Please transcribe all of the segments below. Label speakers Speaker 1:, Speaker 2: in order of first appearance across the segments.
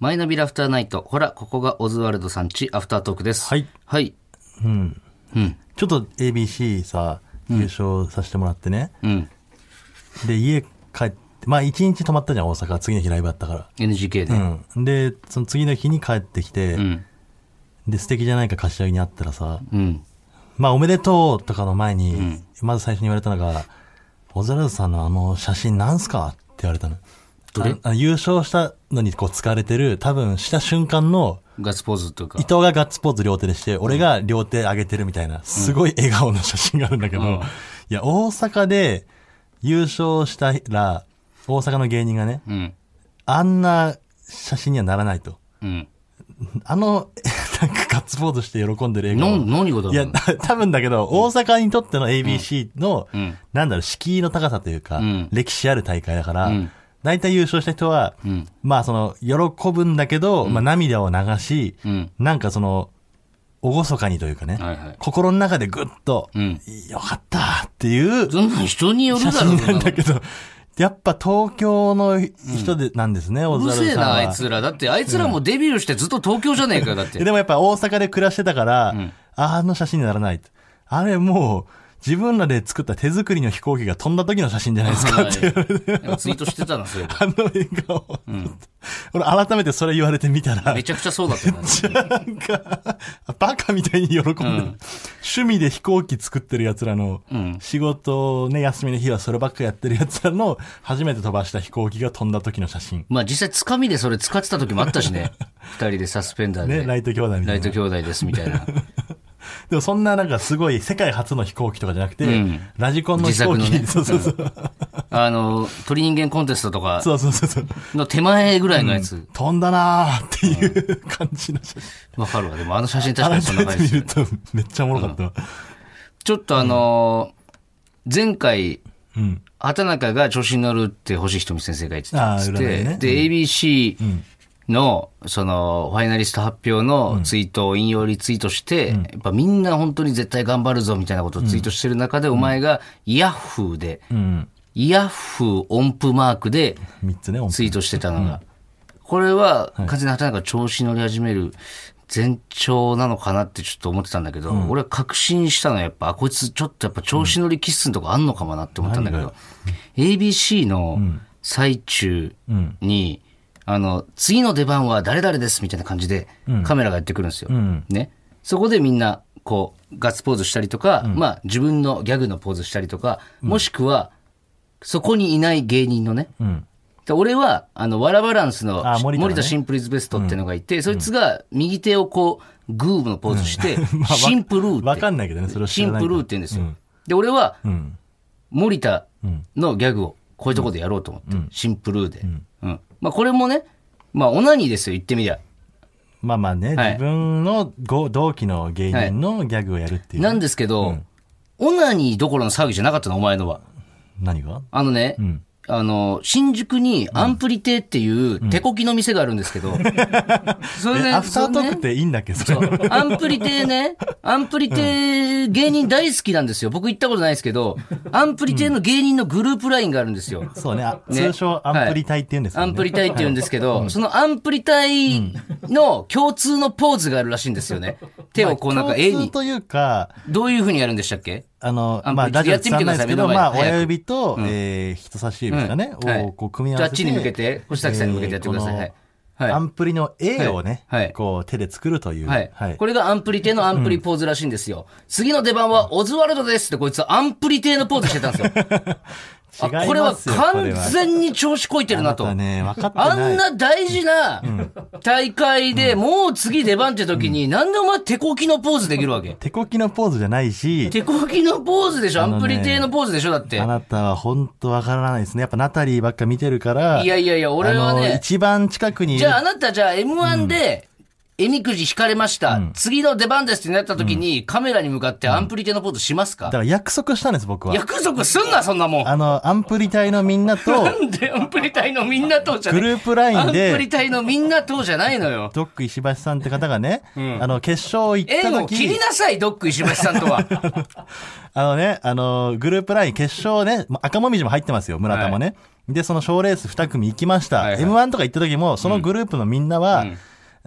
Speaker 1: マイナビラフターナイト。ほら、ここがオズワルドさんち、アフタートークです。
Speaker 2: はい。
Speaker 1: はい。
Speaker 2: うん。
Speaker 1: うん。
Speaker 2: ちょっと ABC さ、優勝させてもらってね。
Speaker 1: うん。
Speaker 2: で、家帰って、まあ一日泊まったじゃん、大阪。次の日ライブあったか
Speaker 1: NGK
Speaker 2: ら。
Speaker 1: で。
Speaker 2: うん。で、その次の日に帰ってきて、
Speaker 1: うん。
Speaker 2: で、素敵じゃないか柏木に会ったらさ、
Speaker 1: うん。
Speaker 2: まあおめでとうとかの前に、まず最初に言われたのが、小沢さんのあの写真なんすかって言われたの。
Speaker 1: どれ
Speaker 2: ああ優勝したのにこう使われてる、多分した瞬間の、
Speaker 1: ガッツポーズというか
Speaker 2: 伊。藤がガッツポーズ両手でして、俺が両手上げてるみたいな、すごい笑顔の写真があるんだけど、
Speaker 1: うん
Speaker 2: いや、大阪で優勝したら、大阪の芸人がね、
Speaker 1: うん。
Speaker 2: あんな写真にはならないと。
Speaker 1: うん。
Speaker 2: あの、 なんかガッツポーズして喜んでる
Speaker 1: の、
Speaker 2: 笑顔。
Speaker 1: 何がだろう
Speaker 2: いや、多分だけど、大阪にとっての ABC の、
Speaker 1: うん。
Speaker 2: なんだろう、敷居の高さというか、
Speaker 1: うん
Speaker 2: 歴史ある大会だから、
Speaker 1: うん
Speaker 2: 大体優勝した人は、
Speaker 1: うん。
Speaker 2: まあその、喜ぶんだけど、まあ涙を流し、
Speaker 1: うん。
Speaker 2: なんかその、おごそかにというかね、
Speaker 1: はいはい。
Speaker 2: 心の中でぐっと、
Speaker 1: うん。
Speaker 2: よかったっていう
Speaker 1: そんな人による
Speaker 2: 写
Speaker 1: だろ
Speaker 2: 真
Speaker 1: う
Speaker 2: なんだけど、やっぱ東京の人で、なんですね、小
Speaker 1: うる
Speaker 2: 沢さん
Speaker 1: せえな、
Speaker 2: は
Speaker 1: あいつら。だって、あいつらもデビューしてずっと東京じゃねえかよ、だっ
Speaker 2: いや
Speaker 1: て。
Speaker 2: でもやっぱ大阪で暮らしてたから、
Speaker 1: ん
Speaker 2: あの写真にならないと。あれもう、自分らで作った手作りの飛行機が飛んだ時の写真じゃないですかって言われて、
Speaker 1: なんかツイートしてたな、それ。
Speaker 2: あの笑顔。 俺改めてそれ言われてみたら
Speaker 1: め、ちゃくちゃそうだ ったよね。
Speaker 2: なんか、バカみたいに喜んでる。趣味で飛行機作ってる奴らの、
Speaker 1: うん。
Speaker 2: 仕事ね、休みの日はそればっかやってる奴らの、初めて飛ばした飛行機が飛んだ時の写真。
Speaker 1: まあ実際、つかみでそれ使ってた時もあったしね。二人でサスペンダー
Speaker 2: ね、
Speaker 1: で。
Speaker 2: ライト兄弟みた
Speaker 1: ラ
Speaker 2: い
Speaker 1: イ
Speaker 2: な
Speaker 1: ト。兄弟ですみたいな。
Speaker 2: でもそんななんかすごい世界初の飛行機とかじゃなくて、
Speaker 1: うん
Speaker 2: ラジコンの飛行機、
Speaker 1: 自 作のね
Speaker 2: そうそうそう。
Speaker 1: あの、鳥人間コンテストとか
Speaker 2: そうそうそうそう。
Speaker 1: の手前ぐらいのやつ。
Speaker 2: 飛んだなーっていう感じの写真。
Speaker 1: わかるわ。でもあの写真確 かにそんな
Speaker 2: 改
Speaker 1: 感
Speaker 2: め
Speaker 1: じ
Speaker 2: て
Speaker 1: で
Speaker 2: 見
Speaker 1: すよ
Speaker 2: る
Speaker 1: ね。
Speaker 2: とめっちゃおもろかったわ。
Speaker 1: ちょっとあのー、前回、
Speaker 2: うん。
Speaker 1: 畑中が調子に乗るって星ひとみ先生が言ってたっつっ
Speaker 2: あー占
Speaker 1: て、
Speaker 2: いね
Speaker 1: で、ABC の、その、ファイナリスト発表のツイートを引用リツイートして、やっぱみんな本当に絶対頑張るぞみたいなことをツイートしてる中で、お前がイヤッフーで、
Speaker 2: うん。
Speaker 1: イヤッフー音符マークで
Speaker 2: 三つね、音符
Speaker 1: ツイートしてたのが、これは完全に畑中が調子に乗り始める前兆なのかなってちょっと思ってたんだけど、俺は確信したのはやっぱ、あこいつちょっとやっぱ調子乗り気質のとこあんのかもなって思ったんだけど、ABC の最中に、あの、次の出番は誰々ですみたいな感じでカメラがやってくるんですよ。
Speaker 2: うん。
Speaker 1: ね、そこでみんなこうガッツポーズしたりとか、まあ、自分のギャグのポーズしたりとか、もしくはそこにいない芸人のね、
Speaker 2: うん。
Speaker 1: で俺はあのワラバランスの
Speaker 2: あ
Speaker 1: し
Speaker 2: 森田ね
Speaker 1: 森田シンプルイズベストっていうのがいて、そいつが右手をこうグーのポーズして、
Speaker 2: まあわ
Speaker 1: シンプルー
Speaker 2: わ
Speaker 1: って
Speaker 2: かんないけどね、それを知
Speaker 1: シ
Speaker 2: ら
Speaker 1: ン
Speaker 2: ない
Speaker 1: プルーって言うんですよ、で俺は
Speaker 2: うん。
Speaker 1: 森田のギャグをこういうとこでやろうと思って、シンプルーで、うんまあ、これもねまあオナニーですよ言ってみりゃ
Speaker 2: まあまあね、
Speaker 1: はい
Speaker 2: 自分のご同期の芸人のギャグをやるっていう。
Speaker 1: なんですけど、オナニーどころの騒ぎじゃなかったのお前のは
Speaker 2: 何が
Speaker 1: あのね、あの、新宿にアンプリ亭っていう手こきの店があるんです けど、そ
Speaker 2: え、
Speaker 1: れね
Speaker 2: アフタートークっ
Speaker 1: そ
Speaker 2: ていいんだっけそれ
Speaker 1: のねそうアンプリ亭ね、アンプリ亭芸人大好きなんですよ。僕行ったことないですけど、アンプリ亭の芸人のグループラインがあるんですよ。
Speaker 2: そうね、あ
Speaker 1: ね
Speaker 2: 通称アンプリ隊って言うんですよ
Speaker 1: ア
Speaker 2: ね。
Speaker 1: ンプリ隊って言うんですけど、そのアンプリ隊の共通のポーズがあるらしいんですよね。手をこうなんか絵
Speaker 2: 共
Speaker 1: に
Speaker 2: 通。というか、
Speaker 1: どういうふうにやるんでしたっけ
Speaker 2: あの、
Speaker 1: アンプリ
Speaker 2: まあ、ラジオ伝わんないですけど、
Speaker 1: やってみてくだ
Speaker 2: ま
Speaker 1: さい目の前
Speaker 2: あ、
Speaker 1: で
Speaker 2: 親指と、えー人差し指ですかね、
Speaker 1: うんはい
Speaker 2: をこう組み合
Speaker 1: あ
Speaker 2: わ
Speaker 1: っ
Speaker 2: せて。
Speaker 1: ちに向けて、星崎さんに向けてやってください。
Speaker 2: えー
Speaker 1: はい
Speaker 2: こ
Speaker 1: はい。
Speaker 2: のアンプリの A をね、
Speaker 1: はいはい
Speaker 2: こう手で作るという。
Speaker 1: はい。これがアンプリ亭のアンプリポーズらしいんですよ。次の出番はオズワルドですってこいつアンプリ亭のポーズしてたんですよ。
Speaker 2: 違いますよ
Speaker 1: あこれは完
Speaker 2: こ
Speaker 1: 全に調子こいてるなと。
Speaker 2: れはあなたね、分かってない。
Speaker 1: あんな大事な大会でもう次出番って時に、なんでお前手こきのポーズできるわけ
Speaker 2: 手こきのポーズじゃないし、
Speaker 1: 手こきのポーズでしょア
Speaker 2: あのね
Speaker 1: ンプリ亭のポーズでしょだって
Speaker 2: あ。なたは本当わからないですね。やっぱナタリーばっか見てるから、
Speaker 1: いやいやいや、俺は
Speaker 2: あの
Speaker 1: ね、
Speaker 2: 一番近くにいる
Speaker 1: じゃああなたじゃあ M1 で、えみくじ引かれました、次の出番ですってなった時に、カメラに向かってアンプリテのポーズしますか
Speaker 2: だ、から約束したんです、僕は。
Speaker 1: 約束すんな、そんなもん。
Speaker 2: あの、アンプリ隊のみんなと
Speaker 1: な、んでアンプリ隊のみんなとじゃな
Speaker 2: グ
Speaker 1: い
Speaker 2: ループラ
Speaker 1: ア
Speaker 2: イン
Speaker 1: ンプ
Speaker 2: で
Speaker 1: リ、隊のみんなとじゃないのよ。
Speaker 2: ドック石橋さんって方がね、あの、決勝行った
Speaker 1: 縁を切り
Speaker 2: 時、
Speaker 1: なさい、ドック石橋さんとは。
Speaker 2: あのね、あの、グループライン決勝ね、まあ赤もみじも入ってますよ、村田もね。で、その賞レース2組行きました。
Speaker 1: はいはい
Speaker 2: M1 とか行った時も、そのグループのみんなは、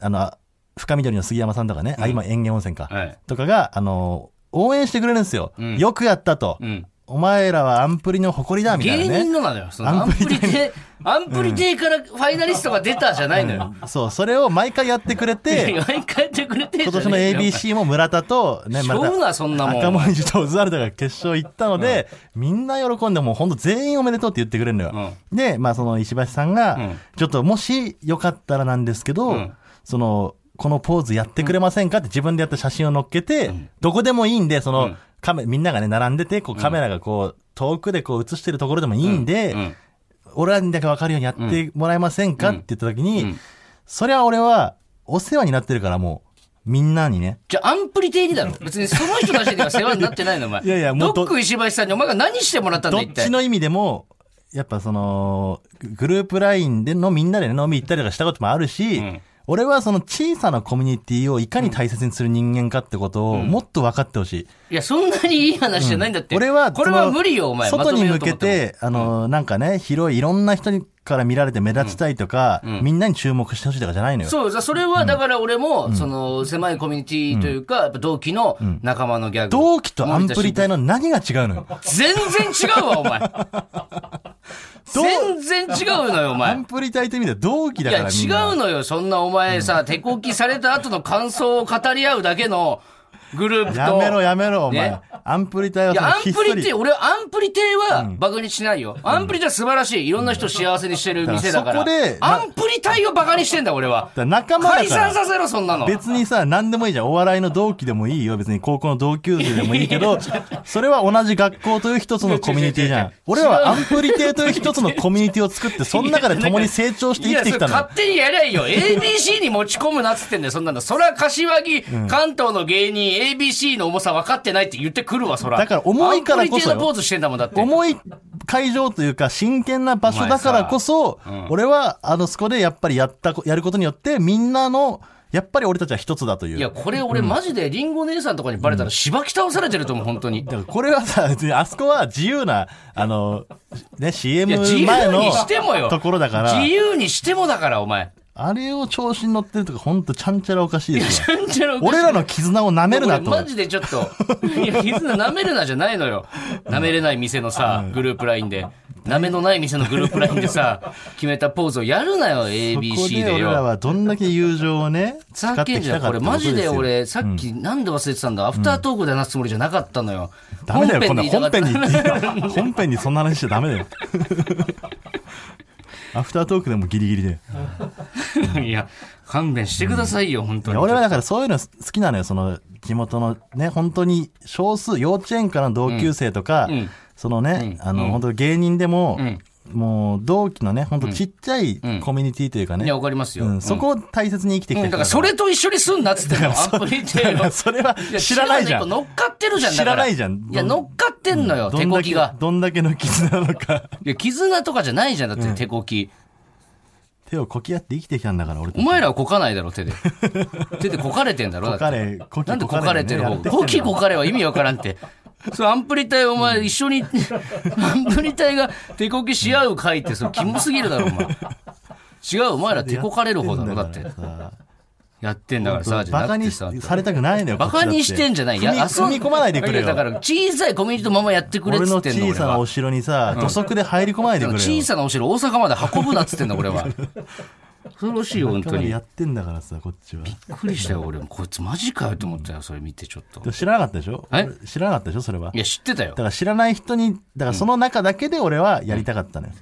Speaker 2: あの、深緑の杉山さんとかね、あ、今園芸温泉か、
Speaker 1: はい
Speaker 2: とかが、あの、応援してくれるんですよ。
Speaker 1: ん
Speaker 2: よくやったと、
Speaker 1: うん
Speaker 2: お前らはアンプリの誇りだ、みたいな
Speaker 1: 芸
Speaker 2: ね。
Speaker 1: 人のなのよ。そのアンプリテ、アンプリテからファイナリストが出たじゃないのよ。
Speaker 2: そう、それを毎回やってく れて、
Speaker 1: 毎回やってくれて
Speaker 2: 今年の ABC も村田と、ね、
Speaker 1: し
Speaker 2: ま
Speaker 1: ょう
Speaker 2: た、
Speaker 1: な、そんなもん。
Speaker 2: 赤文字とオズワルドが決勝行ったので、みんな喜んで、もう本当全員おめでとうって言ってくれるのよ。で、まあその石橋さんが、
Speaker 1: ん
Speaker 2: ちょっともしよかったらなんですけど、
Speaker 1: ん
Speaker 2: その、このポーズやってくれませんかって自分でやった写真を載っけて、どこでもいいんで、その、
Speaker 1: ん
Speaker 2: カメみんながね、並んでて、こうカメラがこう、遠くでこう映してるところでもいいんで、
Speaker 1: ん
Speaker 2: 俺らにだけ分かるようにやってもらえませんか、って言った時に、そりゃ俺はお世話になってるからもう、みんなにね。
Speaker 1: じゃあ、アンプリテにだろ。別にその人たちには世話になってないの、お前。
Speaker 2: いやいやもうど
Speaker 1: ドック石橋さんにお前が何してもらったん
Speaker 2: ど
Speaker 1: だ、
Speaker 2: っ
Speaker 1: 一体
Speaker 2: ち。の意味でも、やっぱその、グループラインでのみんなでね飲み行ったりとかしたこともあるし、
Speaker 1: ん
Speaker 2: 俺はその小さなコミュニティをいかに大切にする人間かってことをもっと分かってほしい。
Speaker 1: いや、そんなにいい話じゃないんだって。
Speaker 2: 俺は、
Speaker 1: これ
Speaker 2: そ
Speaker 1: は
Speaker 2: の
Speaker 1: 無理よ、お前。
Speaker 2: 外に向け
Speaker 1: まとめようと思って
Speaker 2: て、あの、なんかね、広い、いろんな人にから見られて目立ちたいとか、みんなに注目してほしいとかじゃないのよ
Speaker 1: も。。そう、それはだから俺も、その、狭いコミュニティというか、やっぱ同期の仲間のギャグ。
Speaker 2: 同期とアンプリ隊
Speaker 1: の。
Speaker 2: の何が違うのよ。
Speaker 1: 全然違うわ、お前。全然違うのよ、お
Speaker 2: ア
Speaker 1: 前
Speaker 2: ン。プリ隊って意味では同期
Speaker 1: い
Speaker 2: だか
Speaker 1: や、
Speaker 2: らみ
Speaker 1: 違
Speaker 2: んな。
Speaker 1: うのよ。そんなお前さ、手こきされた後の感想を語り合うだけのグループと。
Speaker 2: やめろやめろ、お前。
Speaker 1: ね
Speaker 2: アンプリ隊はいその
Speaker 1: や、アン
Speaker 2: ひっ
Speaker 1: プ
Speaker 2: そ
Speaker 1: リテ
Speaker 2: り。
Speaker 1: 俺はアンプリテはバカにしないよ。アンプリテは素晴らしい。いろんな人幸せにしてる店だから。
Speaker 2: だからそこでな
Speaker 1: アンプリ隊をバカにしてんだ、俺は。
Speaker 2: だから仲間だ
Speaker 1: 解
Speaker 2: か
Speaker 1: 散
Speaker 2: ら。
Speaker 1: させろ、そんなの。
Speaker 2: 別にさ、何でもいいじゃん。お笑いの同期でもいいよ。別に高校の同級生でもいい けど、それは同じ学校という一つのコミュニティじゃん。俺はアンプリテという一つのコミュニティを作って、その中で共に成長して
Speaker 1: い
Speaker 2: 生き
Speaker 1: や、
Speaker 2: て
Speaker 1: それ
Speaker 2: きたのよ
Speaker 1: 勝。手にやりゃいい よ。ABC に持ち込むなっつってんだよ、そんなの。そら、柏木、関東の芸人、ABC の重さ分かってないって言ってくるわ、そら。
Speaker 2: だから重いか
Speaker 1: ア
Speaker 2: らこそよ
Speaker 1: ンプリテのポーズしてんだもん、だって。
Speaker 2: 重い会場というか、真剣な場所だからこそ、俺は、あの、そこでやっぱりやったこ、やることによって、みんなの、やっぱり俺たちは一つだという。
Speaker 1: いや、これ俺マジでリンゴ姉さんとかにバレたらしばき倒されてると思う、本当に。
Speaker 2: だからこれはさ、別にあそこは自由な、あの、ね、
Speaker 1: い
Speaker 2: CM
Speaker 1: や、自由
Speaker 2: 前の
Speaker 1: にしてもよ。
Speaker 2: ところだから、
Speaker 1: 自由にしてもだから、お前。
Speaker 2: あれを調子に乗ってるとか、ほんとちゃんちゃらおかしいですよ。
Speaker 1: なんちゃらおかしい
Speaker 2: 俺らの絆を舐めるな と。
Speaker 1: 俺マジでちょっと。いや、絆舐めるなじゃないのよ。舐めれない店のさ、グループラインで。舐めのない店のグループラインで さ、決めたポーズをやるなよ、
Speaker 2: そこ
Speaker 1: ABC
Speaker 2: で
Speaker 1: で
Speaker 2: 俺ら
Speaker 1: よ。
Speaker 2: はどんだけ友情をね、使
Speaker 1: ざ
Speaker 2: っ
Speaker 1: け
Speaker 2: て
Speaker 1: ん
Speaker 2: き
Speaker 1: じゃ
Speaker 2: た
Speaker 1: ん、
Speaker 2: かっ
Speaker 1: こ
Speaker 2: て
Speaker 1: れ
Speaker 2: こと
Speaker 1: マ
Speaker 2: ですよ。
Speaker 1: ジで俺、さっきなんで忘れてたんだ、アフタートークで話すつもりじゃなかったのよ。
Speaker 2: ダメだよ、こんな
Speaker 1: 言いたか
Speaker 2: 本
Speaker 1: った
Speaker 2: 編に言って、本編にそんな話しちゃダ メだよ。アフタートークでもギリギリで。
Speaker 1: いや、勘弁してくださいよ、本当
Speaker 2: い
Speaker 1: に。
Speaker 2: や俺はだからそういうの好きなのよ、その地元のね、本当に少数、幼稚園からの同級生とか、
Speaker 1: ん
Speaker 2: そのね、あの、本当芸人でも、
Speaker 1: ん
Speaker 2: もう同期のね、本当ちっちゃいコミュニティというかね、
Speaker 1: いや、わかりますよ。
Speaker 2: う
Speaker 1: うん
Speaker 2: んそこを大切に生きてき
Speaker 1: う
Speaker 2: た
Speaker 1: ん
Speaker 2: 人
Speaker 1: だからそ
Speaker 2: れ、
Speaker 1: れと一緒にすんなっつってんの アンプリテ
Speaker 2: だか
Speaker 1: ー
Speaker 2: ら
Speaker 1: を
Speaker 2: それは知らないじゃ
Speaker 1: や
Speaker 2: ん。
Speaker 1: 乗っかってるじゃん。だから
Speaker 2: 知らないじゃん
Speaker 1: いや、乗っかってんのよ、手こ
Speaker 2: だ
Speaker 1: き
Speaker 2: け
Speaker 1: が。
Speaker 2: どんだけの絆なのか、
Speaker 1: いや、絆とかじゃないじゃん、だって手こき。
Speaker 2: 手をこき合って生きてきたんだから、俺た
Speaker 1: お前らはこかないだろ、 手で。手でこかれてんだろ、だ
Speaker 2: こ
Speaker 1: っ
Speaker 2: か
Speaker 1: て
Speaker 2: れ、こき
Speaker 1: なんでこ
Speaker 2: こ
Speaker 1: か
Speaker 2: か
Speaker 1: れ
Speaker 2: れ
Speaker 1: て
Speaker 2: で
Speaker 1: る
Speaker 2: ね
Speaker 1: 方
Speaker 2: やってきてんだ
Speaker 1: こきこかれは意味わからんっ て。それアンプリ隊お前一緒に、 アンプリ隊が手こきし合う会って、それキモすぎるだろ、お前。違う、お前ら手こかれる方だろ、だって。
Speaker 2: さ
Speaker 1: やってんだからさ、じゃ
Speaker 2: バ
Speaker 1: な
Speaker 2: カ
Speaker 1: くて
Speaker 2: にし
Speaker 1: さ。
Speaker 2: されたくないのよ。
Speaker 1: バカにしてんじゃない。
Speaker 2: いや、
Speaker 1: や
Speaker 2: 踏み込まないでくれよ。
Speaker 1: やだから小さいコミュニティのままやってくれっ
Speaker 2: 俺
Speaker 1: つ
Speaker 2: の
Speaker 1: ってんの。
Speaker 2: 小さなお城にさ、土足で入り込まないで
Speaker 1: 俺
Speaker 2: く
Speaker 1: は
Speaker 2: れよ。
Speaker 1: 小さなお城、大阪まで運ぶなっつってんだ、俺 は。恐ろしいよ、本当に。び
Speaker 2: や
Speaker 1: っ
Speaker 2: ってんだからさ、こっちは。
Speaker 1: くりしたよ、俺も。こいつマジかよと思ったよ、それ見てちょっと
Speaker 2: で。も知らなかったでしょ
Speaker 1: え
Speaker 2: 俺知らなかったでしょそれは。
Speaker 1: い
Speaker 2: だ
Speaker 1: や、知ってたよ
Speaker 2: か。ら知らない人に、だからその中だけで俺はやりたかったのよ。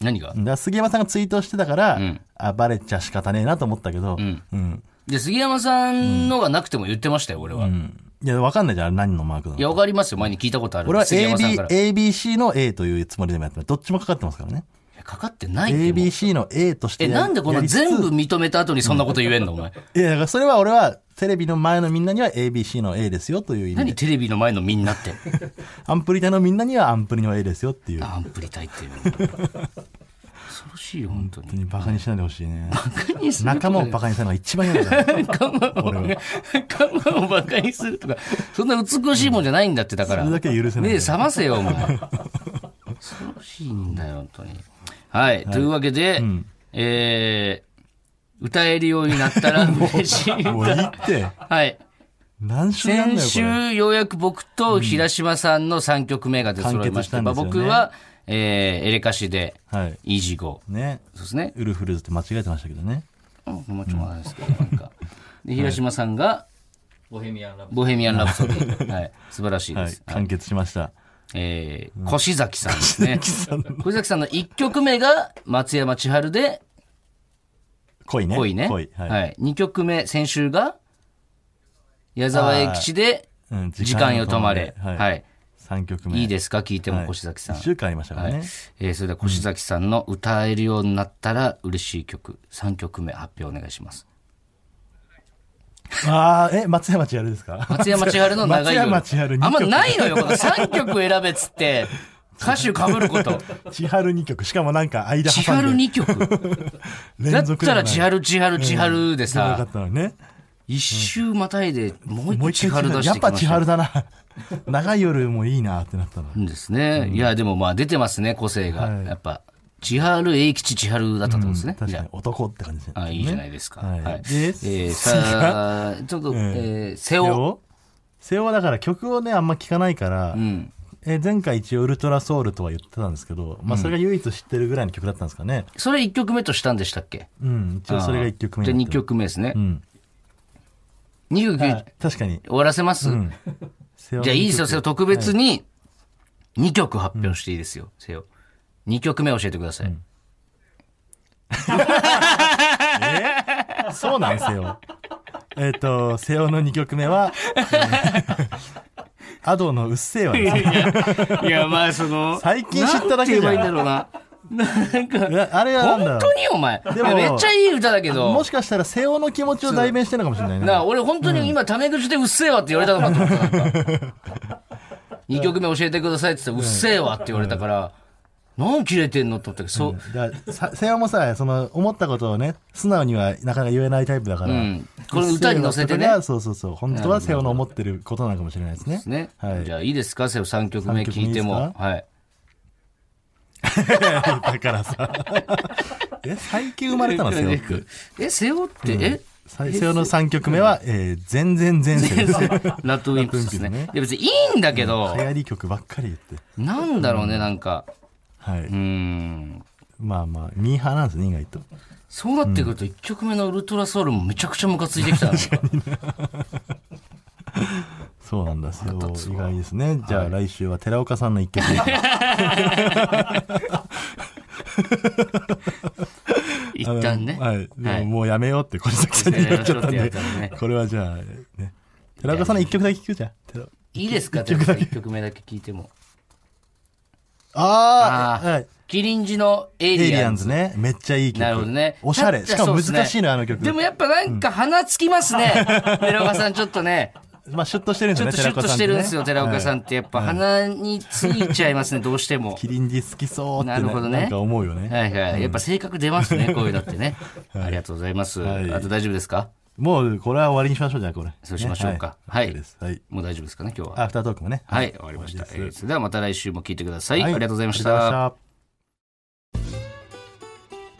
Speaker 1: 何が
Speaker 2: だから杉山さんがツイートしてたから、
Speaker 1: ん
Speaker 2: あ、バレちゃ仕方ねえなと思ったけど、うん。
Speaker 1: で、杉山さんのがなくても言ってましたよ、俺は。い
Speaker 2: いや、わかんないじゃん、あれ何のマークなの
Speaker 1: や、わかりますよ、前に聞いたことある。
Speaker 2: 俺は
Speaker 1: 杉
Speaker 2: AB
Speaker 1: 山さんから。
Speaker 2: ABC の A というつもりでもやってますどっちもかかってますからね。
Speaker 1: かかってないってもう
Speaker 2: ABC の A として
Speaker 1: え、なんでこんな
Speaker 2: やりつつ
Speaker 1: 全部認めた後にそんなこと言えんのお前。
Speaker 2: いや、だからそれは俺は、テレビの前のみんなには ABC の A ですよという意味
Speaker 1: 何
Speaker 2: で。
Speaker 1: テレビの前のみんなって。
Speaker 2: アンプリ隊のみんなにはアンプリの A ですよっていう。本
Speaker 1: アンプリ隊っていう の。恐ろしいよ、本当
Speaker 2: 当
Speaker 1: に。
Speaker 2: にバカにしないでほしいね。
Speaker 1: 中にする
Speaker 2: 仲間をバカにするのが一番 嫌だから。俺は。
Speaker 1: 仲間をバカにするとか、そんな美しいもんじゃないんだって、だから。
Speaker 2: それだけ許せない
Speaker 1: 目覚ませよ、お 前。恐ろしいんだよ、本当に。はい。というわけで、えー、歌えるようになったら嬉しい。
Speaker 2: もういいって。
Speaker 1: はい。
Speaker 2: 何週やん
Speaker 1: 先
Speaker 2: だよ、これ。
Speaker 1: 週ようやく僕と平島さんの3曲目が出揃いまして、
Speaker 2: 完結したん
Speaker 1: まあ
Speaker 2: ですよね
Speaker 1: 僕は、えーエレカシで、
Speaker 2: はい。
Speaker 1: イージーゴー。
Speaker 2: ね。
Speaker 1: そうですね。
Speaker 2: ウルフルズって間違えてましたけどね。
Speaker 1: うんもうちょっとなんですけど、なん か。で、平島さんが、
Speaker 3: ボヘミアンラブ。
Speaker 1: ボヘミアン・ラプソディ。はい。素晴らしいで
Speaker 2: はい
Speaker 1: す。。
Speaker 2: 完結しました。
Speaker 1: えー、越崎さんですね。越崎さんの1曲目が松山千春で、
Speaker 2: 恋ね。
Speaker 1: 恋ね。
Speaker 2: 恋。
Speaker 1: は
Speaker 2: はい。
Speaker 1: い。2曲目、先週が、矢沢永吉で、
Speaker 2: うん
Speaker 1: 時間よ止まれ。
Speaker 2: は。
Speaker 1: はいい。
Speaker 2: 3曲目。
Speaker 1: いいですか聞いても
Speaker 2: はい
Speaker 1: 越崎さん。
Speaker 2: 一週間ありましたか
Speaker 1: は
Speaker 2: ら
Speaker 1: い
Speaker 2: ね。
Speaker 1: えーそれでは越崎さんの歌えるようになったら嬉しい曲、3曲目発表お願いし ます。
Speaker 2: ああ、え、松山千春ですか
Speaker 1: 松山千春の長い夜。
Speaker 2: 松山千春二
Speaker 1: あ
Speaker 2: 曲
Speaker 1: んまないのよ、この3曲選べっつ って、歌手被る こと。
Speaker 2: 千春2曲。しかもなんか間
Speaker 1: 千
Speaker 2: 挟
Speaker 1: 春
Speaker 2: んで
Speaker 1: 2曲。 だ
Speaker 2: 連
Speaker 1: っ
Speaker 2: 続
Speaker 1: たら千
Speaker 2: 春
Speaker 1: 春千春千春で
Speaker 2: じゃなか
Speaker 1: さ
Speaker 2: っ、たのにね。
Speaker 1: 一周またいでもう一
Speaker 2: もう
Speaker 1: 個
Speaker 2: 一
Speaker 1: 千
Speaker 2: 回
Speaker 1: 春出
Speaker 2: 千春
Speaker 1: し
Speaker 2: や
Speaker 1: て
Speaker 2: っ
Speaker 1: きま
Speaker 2: ぱ
Speaker 1: し
Speaker 2: 千
Speaker 1: たよ
Speaker 2: 春。だな。長い夜もいいなってなったの。
Speaker 1: うんですね。いや、でもまあ出てますね、個性が。
Speaker 2: はい
Speaker 1: やっぱ、千春永吉千春だったってことですね。
Speaker 2: 確
Speaker 1: じゃ
Speaker 2: か
Speaker 1: あ
Speaker 2: に男って感じですね。
Speaker 1: あいいじゃないですか。
Speaker 2: はい
Speaker 1: はい。
Speaker 2: で
Speaker 1: えーさあ、ちょっと、えー、瀬
Speaker 2: 瀬
Speaker 1: 尾。
Speaker 2: 尾瀬尾はだから曲をね、あんま聞かないから、
Speaker 1: うん。
Speaker 2: え前回一応ウルトラソウルとは言ってたんですけど、まあそれが唯一知ってるぐらいの曲だったんですかね。
Speaker 1: それ1曲目としたんでしたっけ
Speaker 2: うん、一応それが1曲目
Speaker 1: じゃあ
Speaker 2: になっ
Speaker 1: 2
Speaker 2: てる。
Speaker 1: 曲目ですね
Speaker 2: う。ん。
Speaker 1: 2曲
Speaker 2: あ
Speaker 1: 終
Speaker 2: 確かに。
Speaker 1: わらせます
Speaker 2: んじ
Speaker 1: じゃあいいですよ、瀬尾。特別に2曲発表していいですよ、瀬尾。2曲目教えてください。
Speaker 2: そうなんですよ。えっ、と、瀬尾の2曲目は、えーアドのうっせぇわですね。
Speaker 1: いや、まあその
Speaker 2: 最近知っただ
Speaker 1: なんて言え
Speaker 2: けじゃん
Speaker 1: ばいいんだろうな。
Speaker 2: いやあれはなんだろ
Speaker 1: 本
Speaker 2: う
Speaker 1: 当にお前。
Speaker 2: も
Speaker 1: いやめっちゃいい歌だけ
Speaker 2: も
Speaker 1: ど。
Speaker 2: しかしたら瀬尾の気持ちを代弁してるのかもしれない
Speaker 1: なあ
Speaker 2: な。
Speaker 1: 俺本当に今タメ口でうっせぇわって言われたのかと思ったなんか。2曲目教えてくださいって言ってうっせぇわって言われたから、何切れてんのと思ったけど、そう。
Speaker 2: だからさ瀬尾もさ、その、思ったことをね、素直にはなかなか言えないタイプだから。
Speaker 1: うんこれ歌に乗せてね
Speaker 2: うっぇわとかがそうそうそう。本当は瀬尾の思ってることなのかもしれないですね。
Speaker 1: ね。
Speaker 2: はい。
Speaker 1: じゃあいいですか瀬尾3曲目
Speaker 2: 三曲
Speaker 1: 聞いて
Speaker 2: いいで
Speaker 1: も
Speaker 2: す。
Speaker 1: はい。
Speaker 2: だか らさ。え、最近生まれたの瀬尾って。
Speaker 1: え、瀬尾って、え
Speaker 2: さい瀬尾の3曲目は、えー、全然前世です。流
Speaker 1: ラットウィンプスですね。
Speaker 2: ラッ
Speaker 1: いや別にいいんだけど、
Speaker 2: 行り曲ばっかり言って。
Speaker 1: なんだろうね、なんか。
Speaker 2: はい。
Speaker 1: うーん。
Speaker 2: まあまあ、ミーハーなんですね、意外と。
Speaker 1: そうなってくると1曲目のウルトラソウルもめちゃくちゃムカついてきたな。
Speaker 2: そうなんだ、瀬尾
Speaker 1: 腹立つわ
Speaker 2: 意外ですね。じゃあ来週は寺岡さんの一曲目。
Speaker 1: 一旦ね。
Speaker 2: はい。で
Speaker 1: は
Speaker 2: も
Speaker 1: い
Speaker 2: もうやめようって、これさっきさんに言っちゃったん
Speaker 1: やめようって
Speaker 2: で
Speaker 1: や ったんでね。
Speaker 2: これはじゃあ、ね。寺岡さんの一曲だけ聞くじゃん。寺
Speaker 1: いいですかでも1曲目だけ聞いても。
Speaker 2: あ
Speaker 1: あ
Speaker 2: あ、
Speaker 1: ー
Speaker 2: はい。
Speaker 1: キリンジのエイ
Speaker 2: エイ
Speaker 1: リ
Speaker 2: リ
Speaker 1: ア
Speaker 2: ア
Speaker 1: ン
Speaker 2: ン
Speaker 1: ズ。
Speaker 2: ズね。めっちゃいい曲。
Speaker 1: なるほどね。
Speaker 2: おしゃれ。しかも難しいの、あの曲。
Speaker 1: でもやっぱなんか鼻つきますね。 寺岡さんちょっと ね。
Speaker 2: まあ、シュッとしてるんで
Speaker 1: ち
Speaker 2: す
Speaker 1: ょ
Speaker 2: よ
Speaker 1: っ
Speaker 2: ね、
Speaker 1: とシュ
Speaker 2: 寺
Speaker 1: ッとし
Speaker 2: 岡さんっててね。
Speaker 1: るんですよ、寺岡さんって。やっぱ鼻についちゃいますね、どうしても。
Speaker 2: キリンジ好きそうって
Speaker 1: なるほどね
Speaker 2: ねなんか思うよね。
Speaker 1: はいはい。やっぱ性格出ます ね、こういうのってね。ありがとうございます。
Speaker 2: はい
Speaker 1: あと大丈夫ですか
Speaker 2: もう、これは終わりにしましょう、じゃあ、これ。
Speaker 1: そうしましょうか
Speaker 2: ね
Speaker 1: はい
Speaker 2: オッケーですはい。
Speaker 1: もう大丈夫ですかね、今日
Speaker 2: ア
Speaker 1: は。
Speaker 2: フタートークもね。
Speaker 1: はい、終わりました。え
Speaker 2: 終わり
Speaker 1: ー
Speaker 2: です
Speaker 1: それではまた来週も聞いてください。
Speaker 2: は
Speaker 1: ありがとうございまし
Speaker 2: あり
Speaker 1: た
Speaker 2: がとうござい。ました。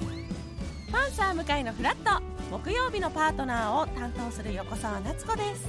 Speaker 4: パンサー向かいのフラット木曜日のパートナーを担当する横澤夏子です